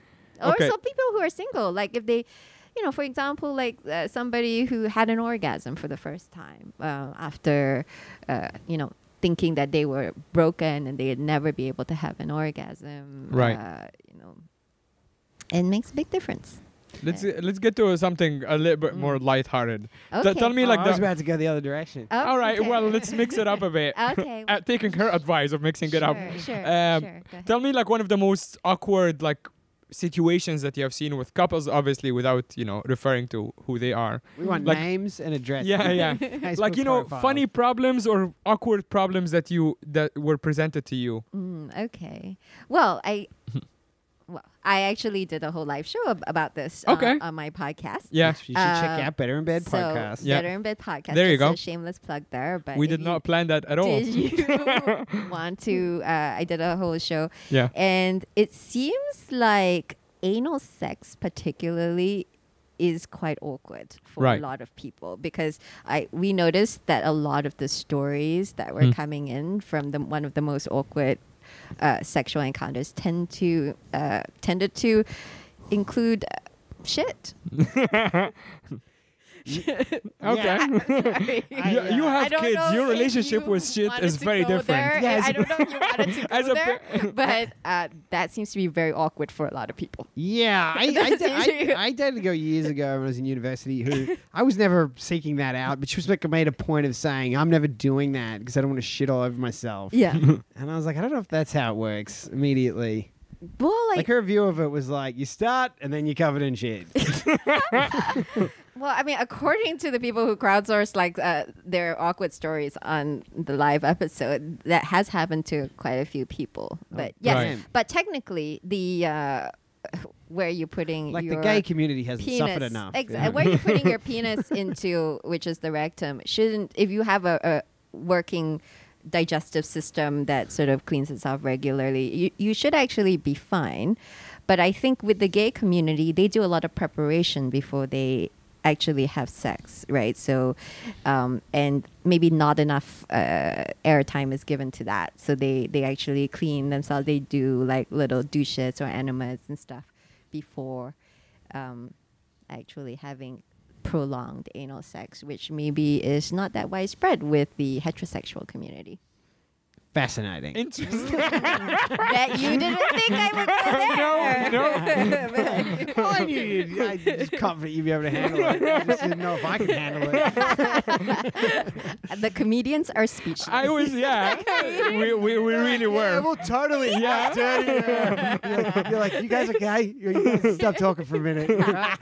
Or
Okay.
so people who are single, like if they, you know, for example, like uh, somebody who had an orgasm for the first time uh, after, uh, you know, thinking that they were broken and they'd never be able to have an orgasm.
Right.
Uh, you know, it makes a big difference.
Let's uh, let's get to something a little bit more lighthearted. T-
Mm. Okay.
tell me like
I
the
was about to go the other direction.
Oh,
All right,
okay.
well, let's
[LAUGHS]
mix it up a bit.
Okay.
[LAUGHS] Uh, taking her advice of mixing it up.
Sure, sure, sure. Go ahead.
Tell me, like, one of the most awkward, like, situations that you have seen with couples, obviously, without, you know, referring to who they are.
We want
Like-
names and addresses. [LAUGHS]
Yeah, yeah. like, you know, funny problems or awkward problems that you, that were presented to you.
Mm-hmm.
Mm, okay. Well,
[LAUGHS]
I. Well, I actually did a whole live show ab- about this uh,
Okay.
on my podcast.
Yeah.
You should check
Uh,
out Better in Bed
so
podcast.
Yeah.
Better in Bed podcast.
There you
just
go.
A shameless plug there, but
We
if
did
you-
not plan that at all.
Did you
[LAUGHS]
[LAUGHS] want to? Uh, I did a whole show,
Yeah.
and it seems like anal sex, particularly, is quite awkward for
Right.
a lot of people because I we noticed that a lot of the stories that were
Mm.
coming in from the one of the most awkward uh, sexual encounters tend to uh, tended to include uh, shit.
Okay.
[LAUGHS] Sorry.
You, you
I
have
don't
kids.
know
Your
if
relationship
you
with shit
wanted
is
to
very
go
different.
there.
Yes.
I don't know if
[LAUGHS]
you wanted to go
As a
there, but uh, that seems to be very awkward for a lot of people. [LAUGHS]
Yeah, I, I,
That's
da- I,
easier.
I dated a girl years ago when I was in university who I was never seeking that out, but she was like made a point of saying, I'm never doing that because I don't want to shit all over myself.
[LAUGHS]
Yeah.
And I was like, I don't know if that's how it works immediately.
well,
Like,
like,
her review of it was like, you start and then you're covered in
[LAUGHS]
shit.
well, I mean, according to the people who crowdsource like uh, their awkward stories on the live episode, that has happened to quite a few people. But yes,
Right.
but technically, the uh, where you're putting
like
your
the gay community hasn't suffered
penis.
enough.
Exa-
Yeah.
Where you're putting
[LAUGHS]
your penis into, which is the rectum, shouldn't if you have a, a working digestive system that sort of cleans itself regularly, you, you should actually be fine. But I think with the gay community, they do a lot of preparation before they actually have sex, right? So, um, and maybe not enough uh, airtime is given to that. So they they actually clean themselves. They do like little douches or enemas and stuff before um, actually having prolonged anal sex, which maybe is not that widespread with the heterosexual community.
Fascinating.
Interesting.
Bet
[LAUGHS]
you didn't think I would go there. No, no.
I knew you'd, I was confident you'd be able to handle it. I just didn't know if I could
[LAUGHS]
handle it.
[LAUGHS] the comedians are speechless.
[LAUGHS] I was,
[LAUGHS]
yeah. we, we, we really
Yeah,
were.
well, totally. Yeah. You're, you're like, you guys okay? You, you guys stop talking for a
[LAUGHS]
minute. right?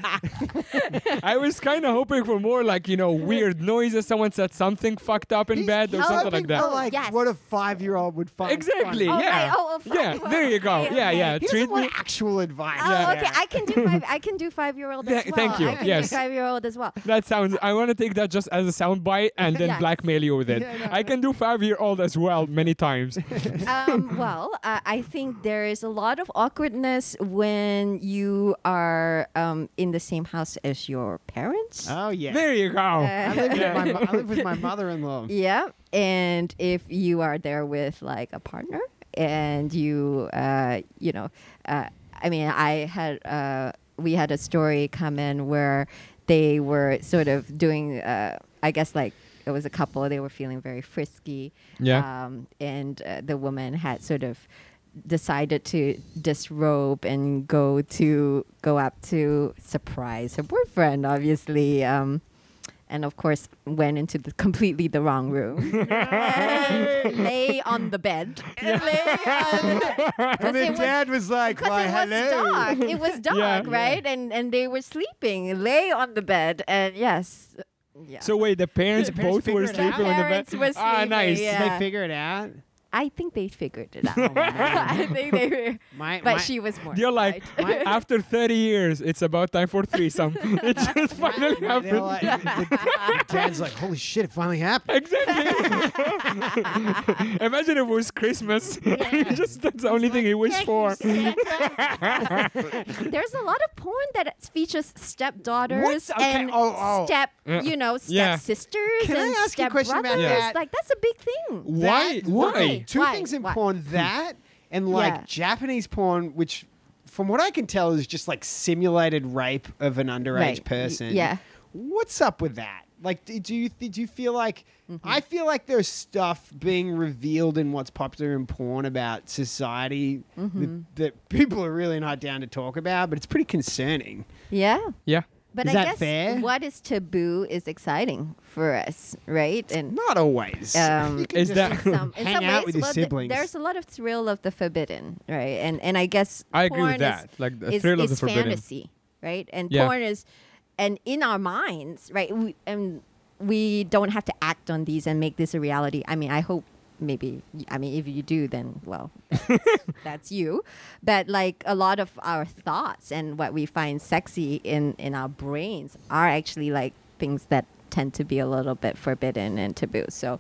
I was kind of hoping for more like, you know, weird noises. Someone said something fucked up in
He's
bed or something like
hoping
that.
For, like
Yes.
what a five-year-old would find.
Exactly.
funny.
Oh,
yeah.
right. Oh, oh,
yeah.
fine.
There you go.
Okay,
Yeah,
okay.
yeah.
He
Treat
doesn't
me.
want actual advice.
Oh,
Yeah.
okay. I can do five. I can do
[LAUGHS]
five-year-old as
Th-
well.
thank you.
I can
Yes.
do five-year-old as well.
That sounds. I want to take that just as a soundbite and
[LAUGHS]
then
Yes.
blackmail you with it.
Yeah, no,
I can do five-year-old as well
[LAUGHS]
many times.
um, well, uh, I think there is a lot of awkwardness when you are um, in the same house as your parents.
Oh yeah.
There you go.
I live, with my, mo- I live with my
[LAUGHS]
mother-in-law.
yeah, and if you are there with like a partner, and you, uh, you know, uh, I mean, I had uh, we had a story come in where they were sort of doing, uh, I guess, like it was a couple. They were feeling very frisky.
Yeah.
um, and uh, the woman had sort of decided to disrobe and go to go up to surprise her boyfriend obviously um, and of course went into the completely the
[LAUGHS]
wrong room and lay on the bed and
[LAUGHS]
lay on,
And then dad was like,
because
"Why,
it was
hello."
dark.
[LAUGHS]
It was dark, right? And and they were sleeping, lay on the bed, and yes, yeah.
So wait, the parents
The parents
both were
figured it out.
sleeping on the bed.
Parents were
ah,
sleeping,
nice.
Did
yeah.
they figure it out?
I think they figured it
[LAUGHS]
out. I think they were,
My,
but
my-
she was more.
You're like, after 30 years, it's about time for
[LAUGHS]
threesome. [LAUGHS] it just finally
Yeah, they're
happened.
[LAUGHS]
like- Dad's like, holy shit, it finally happened.
[LAUGHS] Exactly. [LAUGHS] Imagine if it was Christmas. [LAUGHS] just that's the only thing he
[LAUGHS]
wished for.
[LAUGHS]
There's a lot of porn that features stepdaughters
What? Okay,
and
oh, oh.
step,
Yeah.
you know,
Yeah.
stepsisters
Can I
and
ask you a question about
stepbrothers.
that?
Like that's a big thing.
Why?
That-
Why?
Why?
Two things in
Why?
porn that and like
Yeah.
Japanese porn, which from what I can tell is just like simulated rape of an underage
Right. Y-
person.
yeah.
What's up with that? Like, d- do you th- do you feel like
Mm-hmm.
I feel like there's stuff being revealed in what's popular in porn about society
Mm-hmm.
that, that people are really not down to talk about, but it's pretty concerning.
Yeah.
Yeah.
But
Is
I
that
guess
fair?
what is taboo is exciting for us, right? And
Not always. [LAUGHS]
Um,
You can
Is
just
that-
in some, in
hang
some
out
ways,
with your
well, th-
siblings?
there's a lot of thrill of the forbidden, right? And and I guess
I agree with
porn
that,
is-
like, the
is-
thrill of
is
the forbidden.
fantasy, right? And
Yeah.
porn is, and in our minds, right? We, and we don't have to act on these and make this a reality. I mean, I hope maybe. I mean, if you do, then well, [LAUGHS] that's you but like a lot of our thoughts and what we find sexy in in our brains are actually like things that tend to be a little bit forbidden and taboo so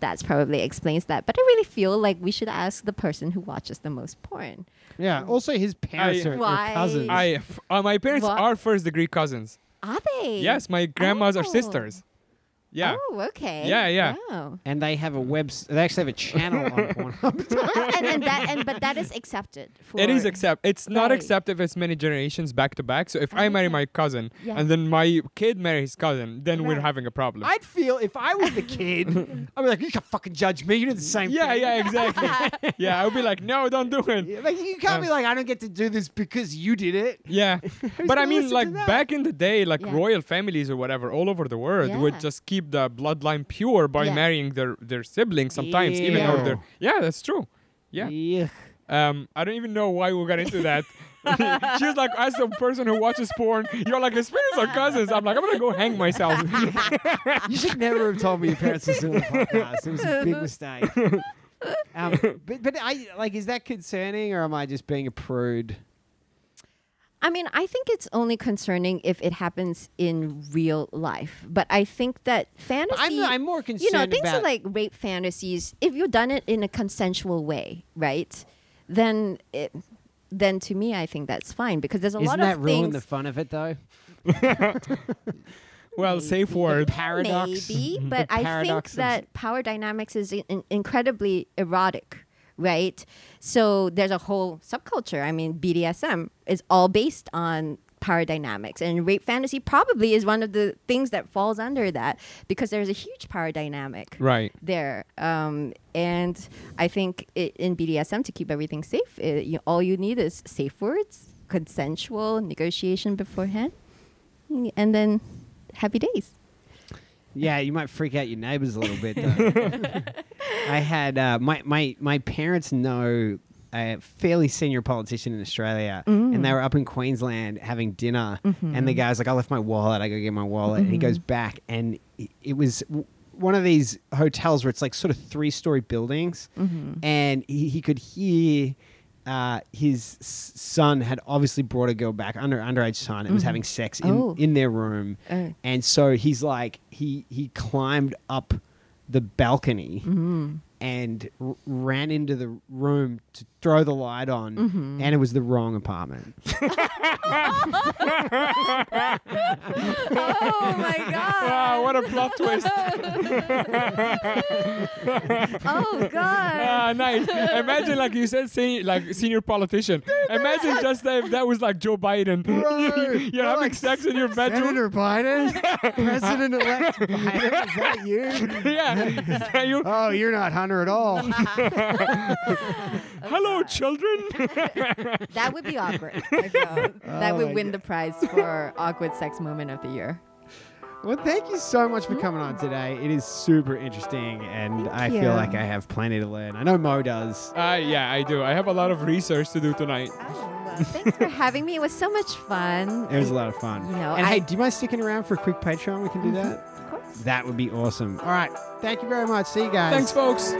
that's probably explains that but i really feel like we should ask the person who watches the most porn
yeah. Also,
Oh,
his parents
I-
are, are
Why?
cousins.
I, f- uh, my parents
What?
are first degree cousins.
are they
Yes, my grandmas are
Oh.
sisters. Yeah.
oh okay
Yeah, yeah.
wow. [LAUGHS]
and they have a web. They actually have a channel [LAUGHS] on Pornhub.
Well, and, and that and but that is accepted for
It is accept. It's not
Right.
accept if it's many generations back to back. So if I marry my cousin
Yeah.
and then my kid marries his cousin, then we're
Right.
having a problem.
I'd feel if I was the [LAUGHS] kid, I'd be like, you can't fucking judge me. You do the same
[LAUGHS] yeah,
thing.
yeah, exactly. yeah, I'll be like, no, don't do
Yeah, Um,
it.
Like, you can't be like, I don't get to do this because you did it.
Yeah, but I
gonna listen
mean,
to
like
that?
back in the day, like
Yeah.
royal families or whatever, all over the world
Yeah.
would just keep the bloodline pure by
Yeah.
marrying their their siblings sometimes, even
Ew.
or their yeah, that's true. Yeah.
Ugh.
Um, I don't even know why we got into that. [LAUGHS] She's like, as a person who watches porn, you're like, his parents are cousins. I'm like, I'm gonna go hang myself.
[LAUGHS]
[LAUGHS]
You should never have told me your parents listened to the podcast. It was a big mistake. Um, but, but I like, is that concerning or am I just being a prude?
I mean, I think it's only concerning if it happens in real life. But I think that fantasy.
I'm- I'm more
You know,
concerned
things
about-
like rape fantasies. If you've done it in a consensual way, right? Then it. Then to me, I think that's fine because there's a
Isn't
lot
that
of
ruin
things.
the fun of it though?
well, safe word.
Paradox. [LAUGHS]
Maybe, but I think
paradox of-
that power dynamics is in- in- incredibly erotic, right? So there's a whole subculture. I mean, BDSM is all based on power dynamics. And rape fantasy probably is one of the things that falls under that because there's a huge power dynamic
Right.
there. Um, and I think it, in BDSM, to keep everything safe, it, you, all you need is safe words, consensual negotiation beforehand, and then happy days.
Yeah, you might freak out your neighbors a little bit. Though. I had uh, my my my parents know a fairly senior politician in Australia, and they were up in Queensland having dinner, and the guy's like, "I left my wallet. I go get my wallet." And he goes back, and it, it was. w- One of these hotels where it's like sort of three story buildings, and he, he could hear uh, his s- son had obviously brought a girl back, under underage son, and was having sex in,
Oh.
in their room.
Oh.
And so he's like, he he climbed up the balcony Mm-hmm. and r- ran into the room to throw the light on, and it was the wrong [LAUGHS] apartment.
Oh [LAUGHS] my
Wow,
god!
Ah, what a plot twist.
Oh god!
Ah, nice. Imagine, like you said, senior, like senior politician. Imagine just that if that was like Joe Biden.
[LAUGHS]
[LAUGHS] You're having sex in your bedroom.
Biden, [LAUGHS] President [LAUGHS] elect Biden, is that you?
Yeah. Is that you?
Oh, you're not Hunter at all. [LAUGHS]
Hello, children. [LAUGHS]
That would be awkward. I feel. [LAUGHS] that
my
would win the prize for awkward sex moment of the year.
well, thank you so much for coming on today. It is super interesting, and I
you.
feel like I have plenty to learn. I know Mo does.
Uh, yeah, I do. I have a lot of research to do tonight.
Oh, Thanks for having me. It was so much fun.
It was a lot of fun.
You know,
and
I- Mm-hmm.
hey, do you mind sticking around for a quick Patreon? We can do that.
Of course.
That would be awesome. All right. Thank you very much. See you guys.
Thanks, folks.